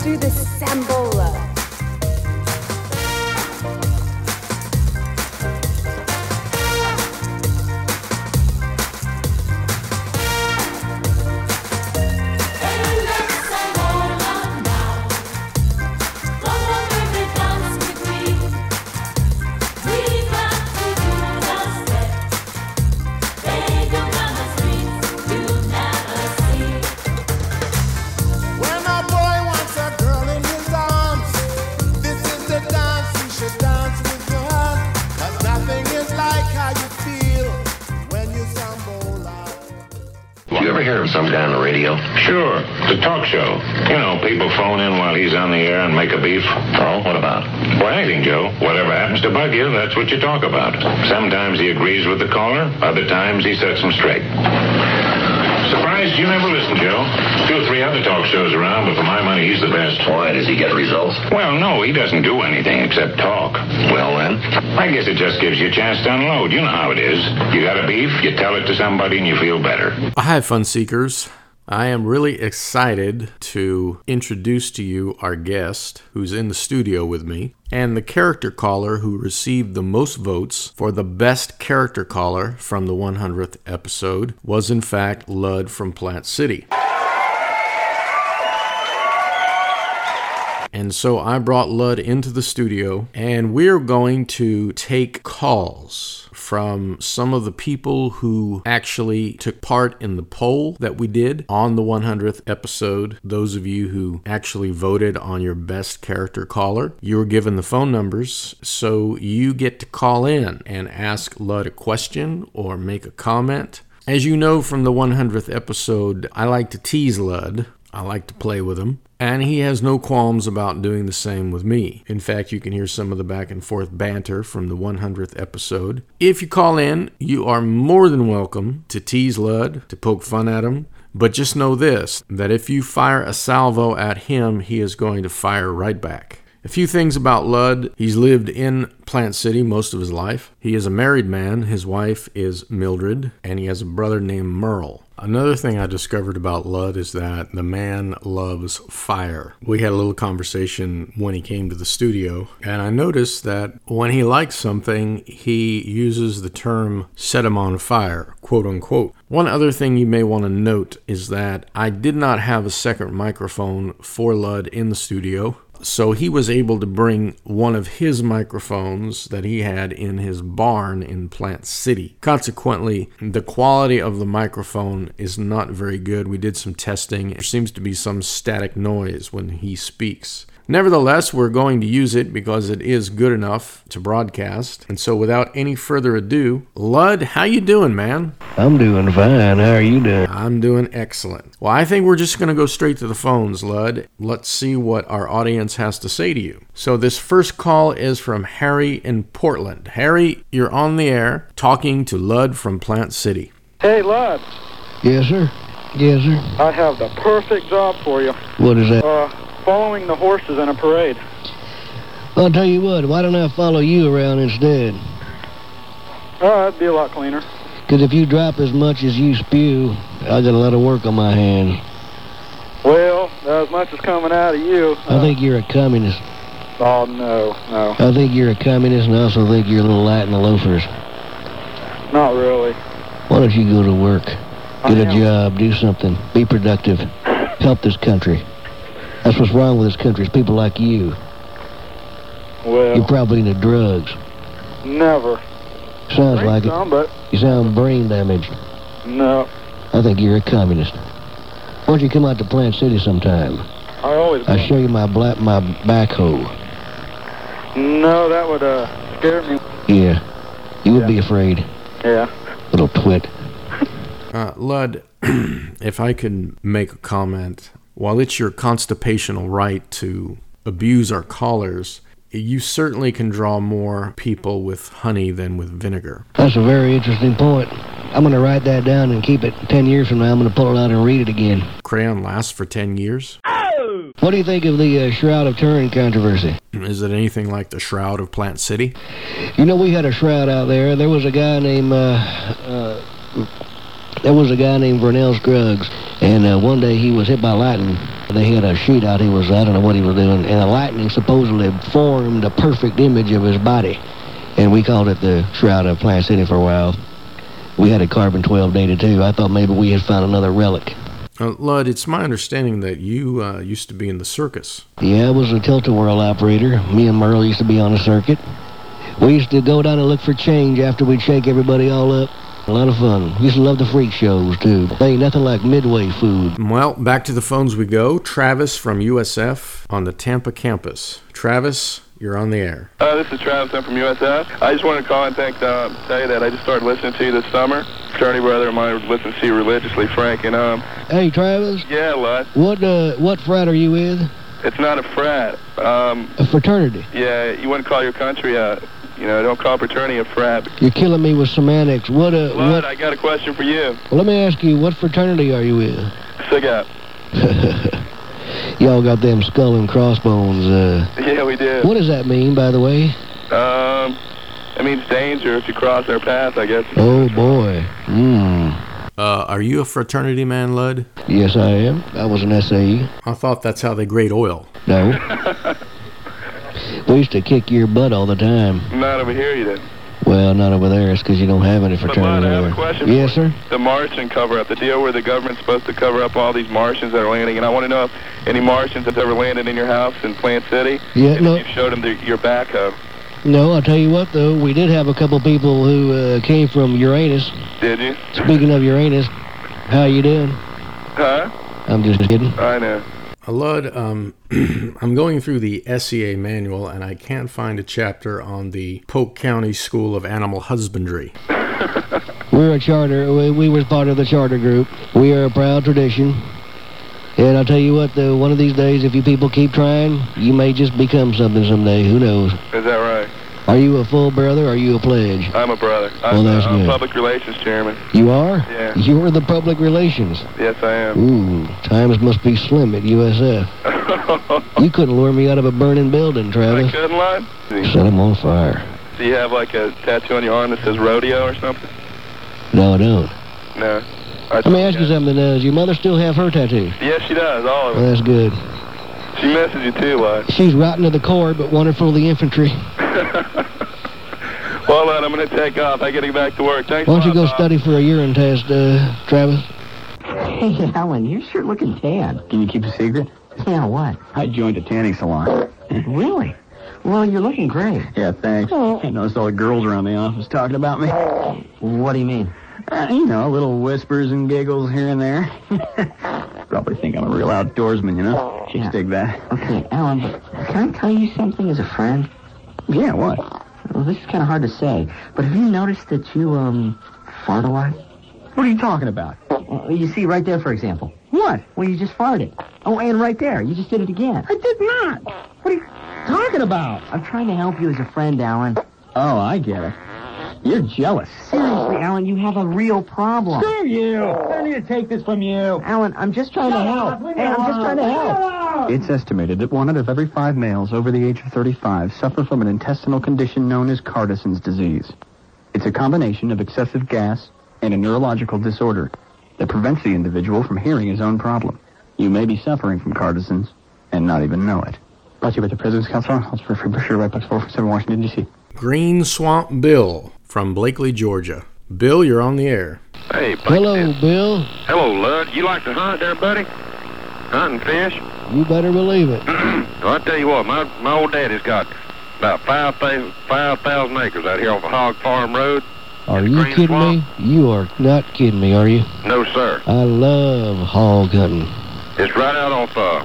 through the Sambola. When a boy wants a girl in his arms, this is the dance you should dance with her. 'Cause nothing is like how you feel when you stumble out. You ever hear of some guy on the radio? Sure. The talk show. You know, people phone in while he's on the air and make a beef. Oh, what about? Well, anything, Joe. Whatever happens to bug you, that's what you talk about. Sometimes he agrees with the caller, other times he sets him straight. Surprised you never listen, Joe. Two or three other talk shows around, but for my money, he's the best. Why? Does he get results? Well, no, he doesn't do anything except talk. Well, then? I guess it just gives you a chance to unload. You know how it is. You got a beef, you tell it to somebody, and you feel better. Hi, Fun Seekers. I am really excited to introduce to you our guest who's in the studio with me and the character caller who received the most votes for the best character caller from the 100th episode was, in fact, Lud from Plant City. And so I brought Lud into the studio, and we're going to take calls from some of the people who actually took part in the poll that we did on the 100th episode. Those of you who actually voted on your best character caller, you were given the phone numbers, so you get to call in and ask Lud a question or make a comment. As you know from the 100th episode, I like to tease Lud. I like to play with him. And he has no qualms about doing the same with me. In fact, you can hear some of the back and forth banter from the 100th episode. If you call in, you are more than welcome to tease Lud, to poke fun at him. But just know this that if you fire a salvo at him, he is going to fire right back. A few things about Ludd. He's lived in Plant City most of his life. He is a married man. His wife is Mildred, and he has a brother named Merle. Another thing I discovered about Ludd is that the man loves fire. We had a little conversation when he came to the studio, and I noticed that when he likes something, he uses the term set him on fire, quote unquote. One other thing you may want to note is that I did not have a second microphone for Ludd in the studio. So he was able to bring one of his microphones that he had in his barn in Plant City. Consequently, the quality of the microphone is not very good. We did some testing. There seems to be some static noise when he speaks. Nevertheless, we're going to use it because it is good enough to broadcast. And so without any further ado, Lud, how you doing, man? I'm doing fine. How are you doing? I'm doing excellent. Well, I think we're just going to go straight to the phones, Lud. Let's see what our audience has to say to you. So, this first call is from Harry in Portland. Harry, you're on the air talking to Lud from Plant City. Hey, Lud, Yes, sir. Yes, sir. I have the perfect job for you. What is that? Uh, following the horses in a parade. I'll tell you what. Why don't I follow you around instead? Oh, that'd be a lot cleaner. 'Cause if you drop as much as you spew, I got a lot of work on my hands. Well, as much as coming out of you. I think you're a communist. Oh, no, no, I think you're a communist, and I also think you're a little light in the loafers. not really. Why don't you go to work? Get a am. job. Do something. Be productive. Help this country. That's what's wrong with this country. It's people like you. You're Well, probably into drugs. never. Sounds like it. Some, but You sound brain damaged. no. I think you're a communist. Why don't you come out to Plant City sometime? I always. I'll show you my black my backhoe. No, that would uh scare me. Yeah. You would be afraid, Yeah. little twit. Uh, Lud, if I could make a comment, while it's your constitutional right to abuse our callers, you certainly can draw more people with honey than with vinegar. That's a very interesting point. I'm gonna write that down and keep it. Ten years from now, I'm gonna pull it out and read it again. Crayon lasts for 10 years. What do you think of the uh, Shroud of Turin controversy? Is it anything like the Shroud of Plant City? You know, we had a shroud out there. There was a guy named uh, uh, there was a guy named Vernell Scruggs, and uh, one day he was hit by lightning, They had a sheet out. He was, I don't know what he was doing. And the lightning supposedly formed a perfect image of his body. And we called it the Shroud of Plant City for a while. We had a carbon 12 dated too. I thought maybe we had found another relic. Uh, Lud, it's my understanding that you uh, used to be in the circus. Yeah, I was a tilt-a-whirl operator. Me and Merle used to be on the circuit. We used to go down and look for change after we'd shake everybody all up. A lot of fun. Used to love the freak shows too. They ain't nothing like midway food. Well, back to the phones we go. Travis from USF on the Tampa campus. Travis, you're on the air. Uh, this is Travis. I'm from USF. I just wanted to call and thank, uh, tell you that I just started listening to you this summer. Attorney brother of mine listens to you religiously, Frank. And um, Hey Travis, yeah, Lud, what uh, what frat are you with? it's not a frat. Um, A fraternity. yeah, you wouldn't call your country a, you know, don't call fraternity a frat. You're killing me with semantics. What uh, Lud, what? I got a question for you. Let me ask you, what fraternity are you with? Sig up. Y'all got them skull and crossbones. Uh, Yeah, we do. what does that mean, by the way? Um, it means danger if you cross our path, I guess. Oh boy. Mmm. Uh, are you a fraternity man, Lud? Yes, I am. I was an E. SAE. I thought that's how they grade oil. No. we used to kick your butt all the time. Not over here, you did. Well, not over there. It's because you don't have any But Lud, fraternity I have a over there. question. Yes, for you. sir. The Martian cover-up, the deal where the government's supposed to cover up all these Martians that are landing, and I want to know if any Martians have ever landed in your house in Plant City. Yeah, and if no. you showed them the, your backhoe. No, I'll tell you what, though. We did have a couple people who uh, came from Uranus. Did you? Speaking of Uranus, how you doing? Huh? I'm just kidding. I know. Uh, Lud, um, I'm going through the SEA manual and I can't find a chapter on the Polk County School of Animal Husbandry. We're a charter. We, we were part of the charter group. We are a proud tradition. And I'll tell you what, though, one of these days, if you people keep trying, you may just become something someday. Who knows? Is that right? Are you a full brother? Or are you a pledge? I'm a brother. Well, I'm, that's I'm good. public relations chairman. You are? Yeah. You're the public relations. Yes, I am. Ooh, times must be slim at USF. You couldn't lure me out of a burning building, I Travis. couldn't lie. Set him on fire. Do you have like a tattoo on your arm that says rodeo or something? No, I don't. No. I Let me ask you something. Uh, does your mother still have her tattoo? Yes, she does. All of Well, them. that's good. Uh, She messes you too, Lud. She's rotten to the core, but wonderful to the infantry. Well, Lud, I'm going to take off. I got to get back to work. Thanks. a Why don't you lot, go Bob. study for a urine test, uh, Travis? Hey, Alan, you're sure looking tan. Can you keep a secret? Yeah, what? I joined a tanning salon. Really? Well, you're looking great. Oh. Yeah, thanks. I noticed all the girls around the office talking about me. What do you mean? Uh, you know, little whispers and giggles here and there. Probably think I'm a real outdoorsman, you know? Chicks Yeah. dig that. Okay, Alan, can I tell you something as a friend? Yeah, what? Well, this is kind of hard to say, but have you noticed that you, um, fart a lot? What are you talking about? Well, Uh, you see, right there, for example. What? Well, you just farted. Oh, and right there, you just did it again. I did not. What are you talking about? I'm trying to help you as a friend, Alan. Oh, I get it. You're jealous. Seriously, Alan, you have a real problem. you! I need to take this from you. Alan, I'm just trying to help. Hey, I'm just trying to help. It's estimated that one out of every five males over the age of 35 suffer from an intestinal condition known as Cardison's disease. It's a combination of excessive gas and a neurological disorder that prevents the individual from hearing his own problem. You may be suffering from Cardison's and not even know it. Brought to you by the President's Council, House for Free Brochure, right box 447, Washington, D.C. Green Swamp Bill from Blakely, Georgia. Bill, you're on the air. Hey, Blake Hello, Bill. Hello, Lud. You like to hunt there, buddy? Hunt and fish? You better believe it. well, I tell you what, my, my old daddy's got about 5,000 5,000 acres out here off the Hog Farm Road. Are It's you green kidding swamp. me? You are not kidding me, are you? No, sir. I love hog hunting. It's right out off, uh,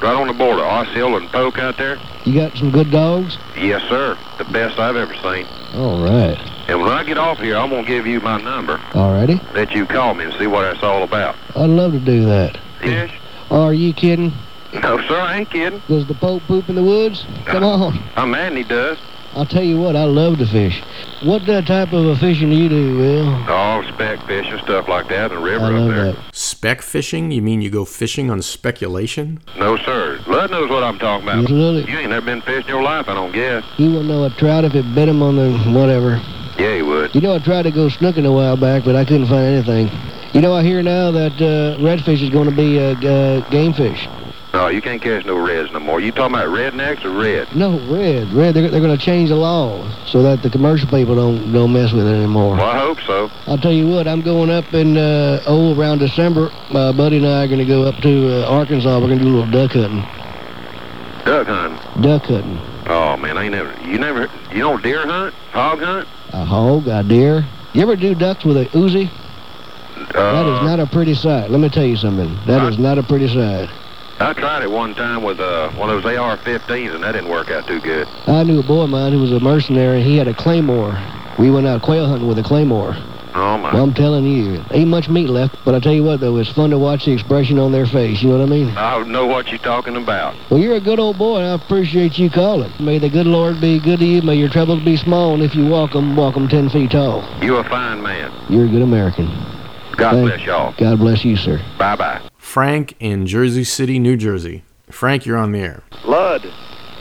right on the border, Oss Hill and Polk out there. You got some good dogs? Yes, sir. The best I've ever seen. All right. And when I get off here, I'm going to give you my number. All righty. Let you call me and see what that's all about. I'd love to do that. Fish? Are you kidding? No, sir, I ain't kidding. Does the Pope poop in the woods? Come on. I'm mad he does. I'll tell you what, I love to fish. What uh, type of a fishing do you do, Will? Oh, speck fish and stuff like that in the river I up love there. that. Spec fishing? You mean you go fishing on speculation? No, sir. Lud knows what I'm talking about. Absolutely. You ain't never been fishing your life, I don't guess. You wouldn't know a trout if it bit him on the whatever. Yeah, he would. You know, I tried to go snooking a while back, but I couldn't find anything. You know, I hear now that uh, redfish is going to be a uh, game fish. No, you can't catch no reds no more. You talking about rednecks or red? No, red, red. They're, they're going to change the law so that the commercial people don't don't mess with it anymore. Well, I hope so. I'll tell you what, I'm going up in, uh, oh, around December. My buddy and I are going to go up to uh, Arkansas. We're going to do a little duck hunting. Duck hunting. Duck hunting. Oh man, I ain't never. You never. You don't deer hunt, hog hunt. A hog, a deer. You ever do ducks with a Uzi? that Uh, is not a pretty sight. Let me tell you something. That is not a pretty sight. I tried it one time with uh, one of those AR-15s, and that didn't work out too good. I knew a boy of mine who was a mercenary. He had a claymore. We went out quail hunting with a claymore. Oh my. Well, I'm telling you, ain't much meat left. But I tell you what, though, it's fun to watch the expression on their face. You know what I mean? I don't know what you're talking about. Well, you're a good old boy. and I appreciate you calling. May the good Lord be good to you. May your troubles be small. And if you walk 'em, walk 'em 10 feet tall. You a fine man. You're a good American. God Thank- bless y'all. God bless you, sir. Bye bye. Frank in Jersey City, New Jersey. Frank, you're on the air. Lud,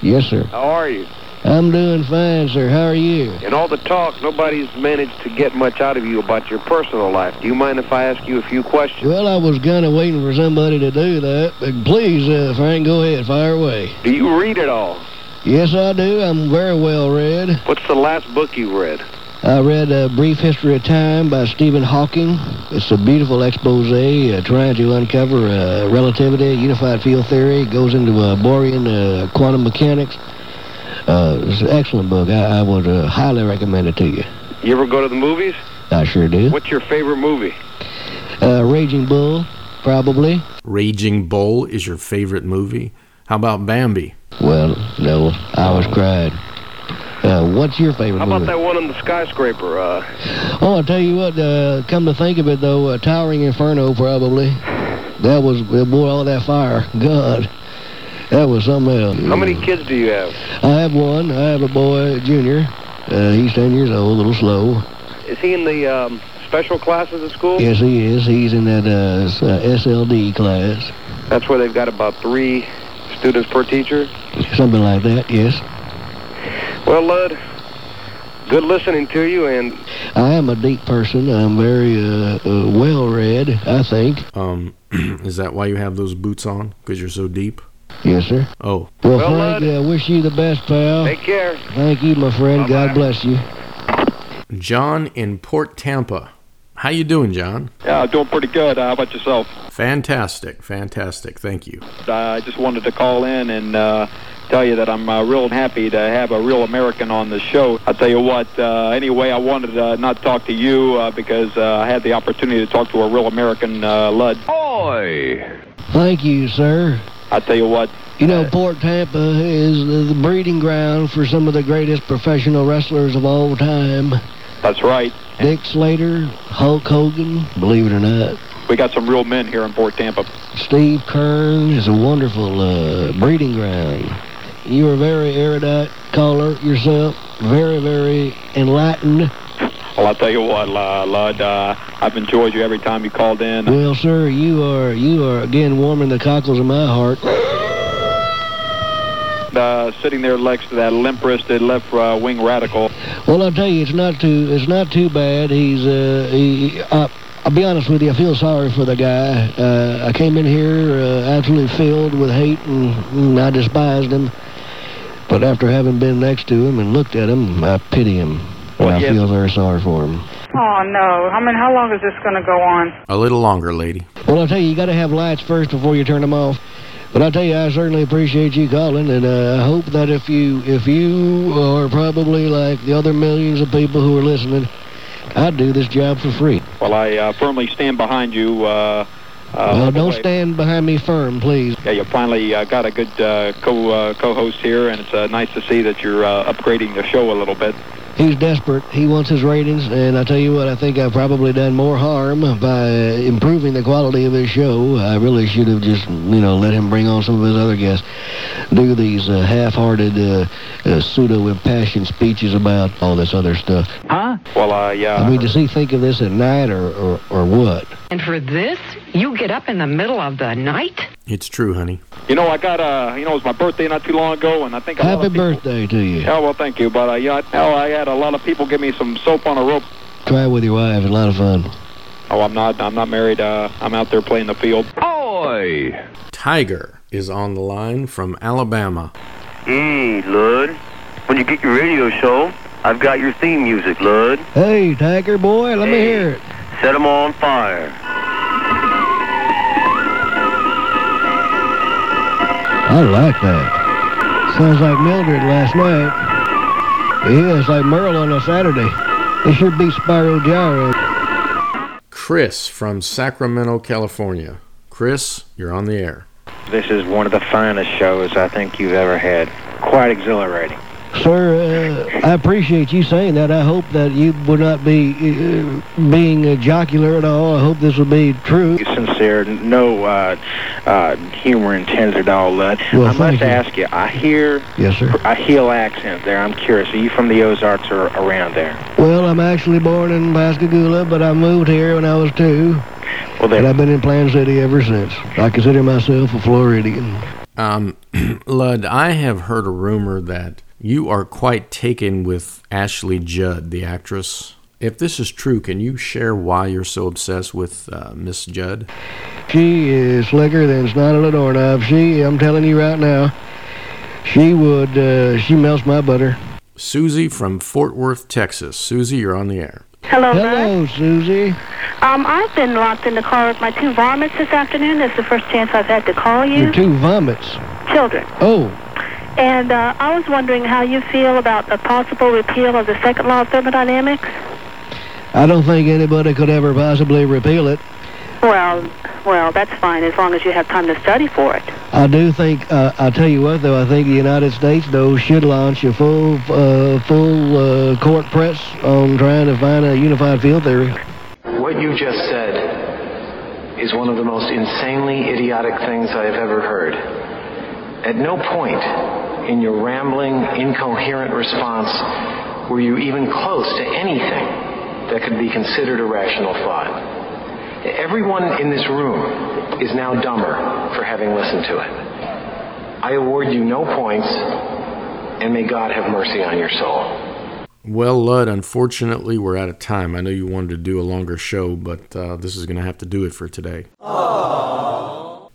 Yes, sir. how are you? I'm doing fine, sir. How are you? In all the talk, nobody's managed to get much out of you about your personal life. Do you mind if I ask you a few questions? Well, I was kind of waiting for somebody to do that, but please, uh, Frank, go ahead, fire away. Do you read at all? Yes, I do. I'm very well read. What's the last book you read? I read A Brief History of Time by Stephen Hawking. It's a beautiful expose uh, trying to uncover uh, relativity, unified field theory, It goes into uh, Borean uh, quantum mechanics. Uh, it's an excellent book. I, I would uh, highly recommend it to you. You ever go to the movies? I sure do. What's your favorite movie? Uh, Raging Bull, probably. Raging Bull is your favorite movie? How about Bambi? Well, no, I was cried. Uh, what's your favorite Oh. How movie? about that one on the skyscraper? Uh, Oh, I tell you what. Uh, come to think of it, though, uh, Towering Inferno probably. That was boy, all that fire, God, that was something else. how Mm. many kids do you have? I have one. I have a boy, junior. Uh, he's ten years old, a little slow. Is he in the um, special classes at school? Yes, he is. He's in that uh, s- uh, SLD class, That's where they've got about three students per teacher. something like that. Yes, Well, Lud, good listening to you, and I am a deep person. I'm very uh, uh, well read, I think. Um, is that why you have those boots on? Because you're so deep? Yes, sir. Oh, Well, Well, Frank, Lud. uh, wish you the best, pal. take care. Thank you, my friend. God bless you. John in Port Tampa. How you doing, John? Yeah, doing pretty good. Uh, how about yourself? Fantastic, fantastic. Thank you. Uh, I just wanted to call in and uh, tell you that I'm uh, real happy to have a real American on the show. I tell you what. Uh, anyway, I wanted to uh, not talk to you uh, because uh, I had the opportunity to talk to a real American, uh, Lud. Oi! Thank you, sir. I tell you what. You know, Port Tampa is the, the breeding ground for some of the greatest professional wrestlers of all time. That's right. Dick Slater, Hulk Hogan, believe it or not. We got some real men here in Port Tampa. Steve Kern is a wonderful uh, breeding ground. You're a very erudite caller yourself, very, very enlightened. Well, I tell you what, uh, Lud. Uh, I've enjoyed you every time you called in. Well, sir, you are you are again warming the cockles of my heart. Uh, sitting there next to that limp-wristed left-wing uh, radical. Well, I'll tell you, it's not too it's not too bad. He's uh, he, uh, I'll be honest with you, I feel sorry for the guy. Uh, I came in here uh, absolutely filled with hate, and mm, I despised him. But after having been next to him and looked at him, I pity him, and I feel very sorry for him. Oh no! I mean, how long is this going to go on? A little longer, lady. Well, I'll tell you, you got to have lights first before you turn them off. But I'll tell you, I certainly appreciate you calling, and uh, I hope that if you if you are probably like the other millions of people who are listening, I'd do this job for free. Well, I uh, firmly stand behind you. Uh, uh, well, don't boy. stand behind me firm, please. Yeah, you finally uh, got a good uh, co uh, co-host here, and it's uh, nice to see that you're uh, upgrading the show a little bit. He's desperate. He wants his ratings, and I tell you what, I think I've probably done more harm by improving the quality of his show. I really should have just, you know, let him bring on some of his other guests, do these uh, half-hearted, uh, uh, pseudo-impassioned speeches about all this other stuff. Huh? Well, uh, yeah. I mean, does he think of this at night or, or, or what? And for this, you get up in the middle of the night? It's true, honey. You know, I got uh, you know, it was my birthday not too long ago, and I think a lot Happy of people. birthday to you. Yeah, well, thank you, but uh, yeah, I, oh, I had a lot of people give me some soap on a rope. Try it with your wife. It's a lot of fun. Oh, I'm not, I'm not married. Uh, I'm out there playing the field. Oi! Tiger is on the line from Alabama. Hey, Lud. Hmm, When you get your radio show, I've got your theme music, Lud. Hey, Tiger boy, let me hear it. Set 'em on fire. I like that. Sounds like Mildred last night. Yeah, it's like Merle on a Saturday. It should be Spyro Gyro. Chris from Sacramento, California. Chris, you're on the air. This is one of the finest shows I think you've ever had. Quite exhilarating. Sir, uh, I appreciate you saying that. I hope that you would not be uh, being uh, jocular at all. I hope this will be true. Sincere, no uh, uh, humor intended at all. Lud. Well, I must thank you. ask you, I hear Yes, sir. a heel accent there. I'm curious. Are you from the Ozarks or around there? Well, I'm actually born in Pascagoula, but I moved here when I was two. Well, and I've been in Plan City ever since. I consider myself a Floridian. Um, Lud, I have heard a rumor that you are quite taken with Ashley Judd, the actress. If this is true, can you share why you're so obsessed with uh, Miss Judd? She is slicker than snot on a doorknob. She, I'm telling you right now, she would, uh, she melts my butter. Susie from Fort Worth, Texas. Susie, you're on the air. Hello, Hello, Susie. Um, I've been locked in the car with my two vomits this afternoon. That's the first chance I've had to call you. Your two vomits. Children. Oh, And uh, I was wondering how you feel about a possible repeal of the second law of thermodynamics. I don't think anybody could ever possibly repeal it. Well, well, that's fine as long as you have time to study for it. I do think, uh, I tell you what, though, I think the United States, though, should launch a full, uh, full uh, court press on trying to find a unified field theory. What you just said is one of the most insanely idiotic things I have ever heard. At no point in your rambling, incoherent response were you even close to anything that could be considered a rational thought. Everyone in this room is now dumber for having listened to it. I award you no points, and may God have mercy on your soul. Well, Lud, unfortunately, we're out of time. I know you wanted to do a longer show, but uh, this is going to have to do it for today.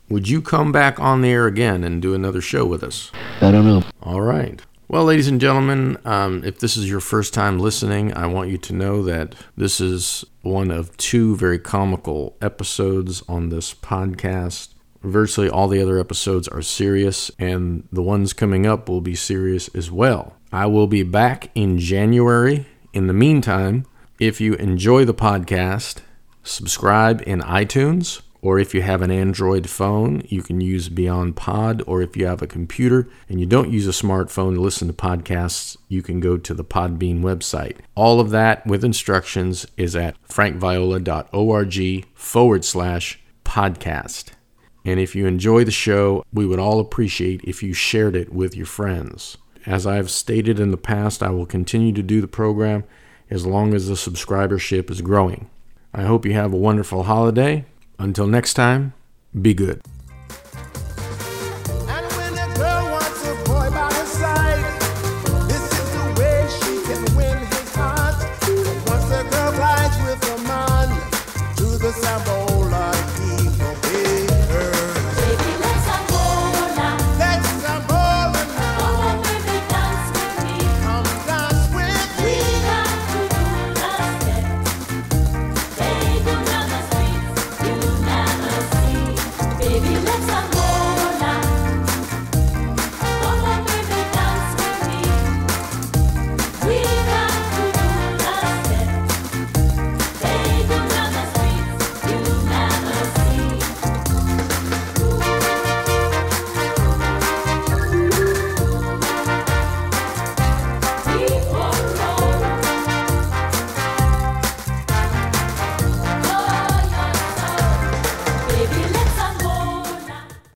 Would you come back on the air again and do another show with us? I don't know. All right. Well, ladies and gentlemen, um, if this is your first time listening, I want you to know that this is one of two very comical episodes on this podcast. Virtually all the other episodes are serious, and the ones coming up will be serious as well. I will be back in January. In the meantime, if you enjoy the podcast, subscribe in iTunes, or if you have an Android phone, you can use Beyond Pod, or if you have a computer and you don't use a smartphone to listen to podcasts, you can go to the Podbean website. All of that with instructions is at frankviola.org forward slash podcast. And if you enjoy the show, we would all appreciate if you shared it with your friends. As I've stated in the past, I will continue to do the program as long as the subscribership is growing. I hope you have a wonderful holiday. Until next time, be good.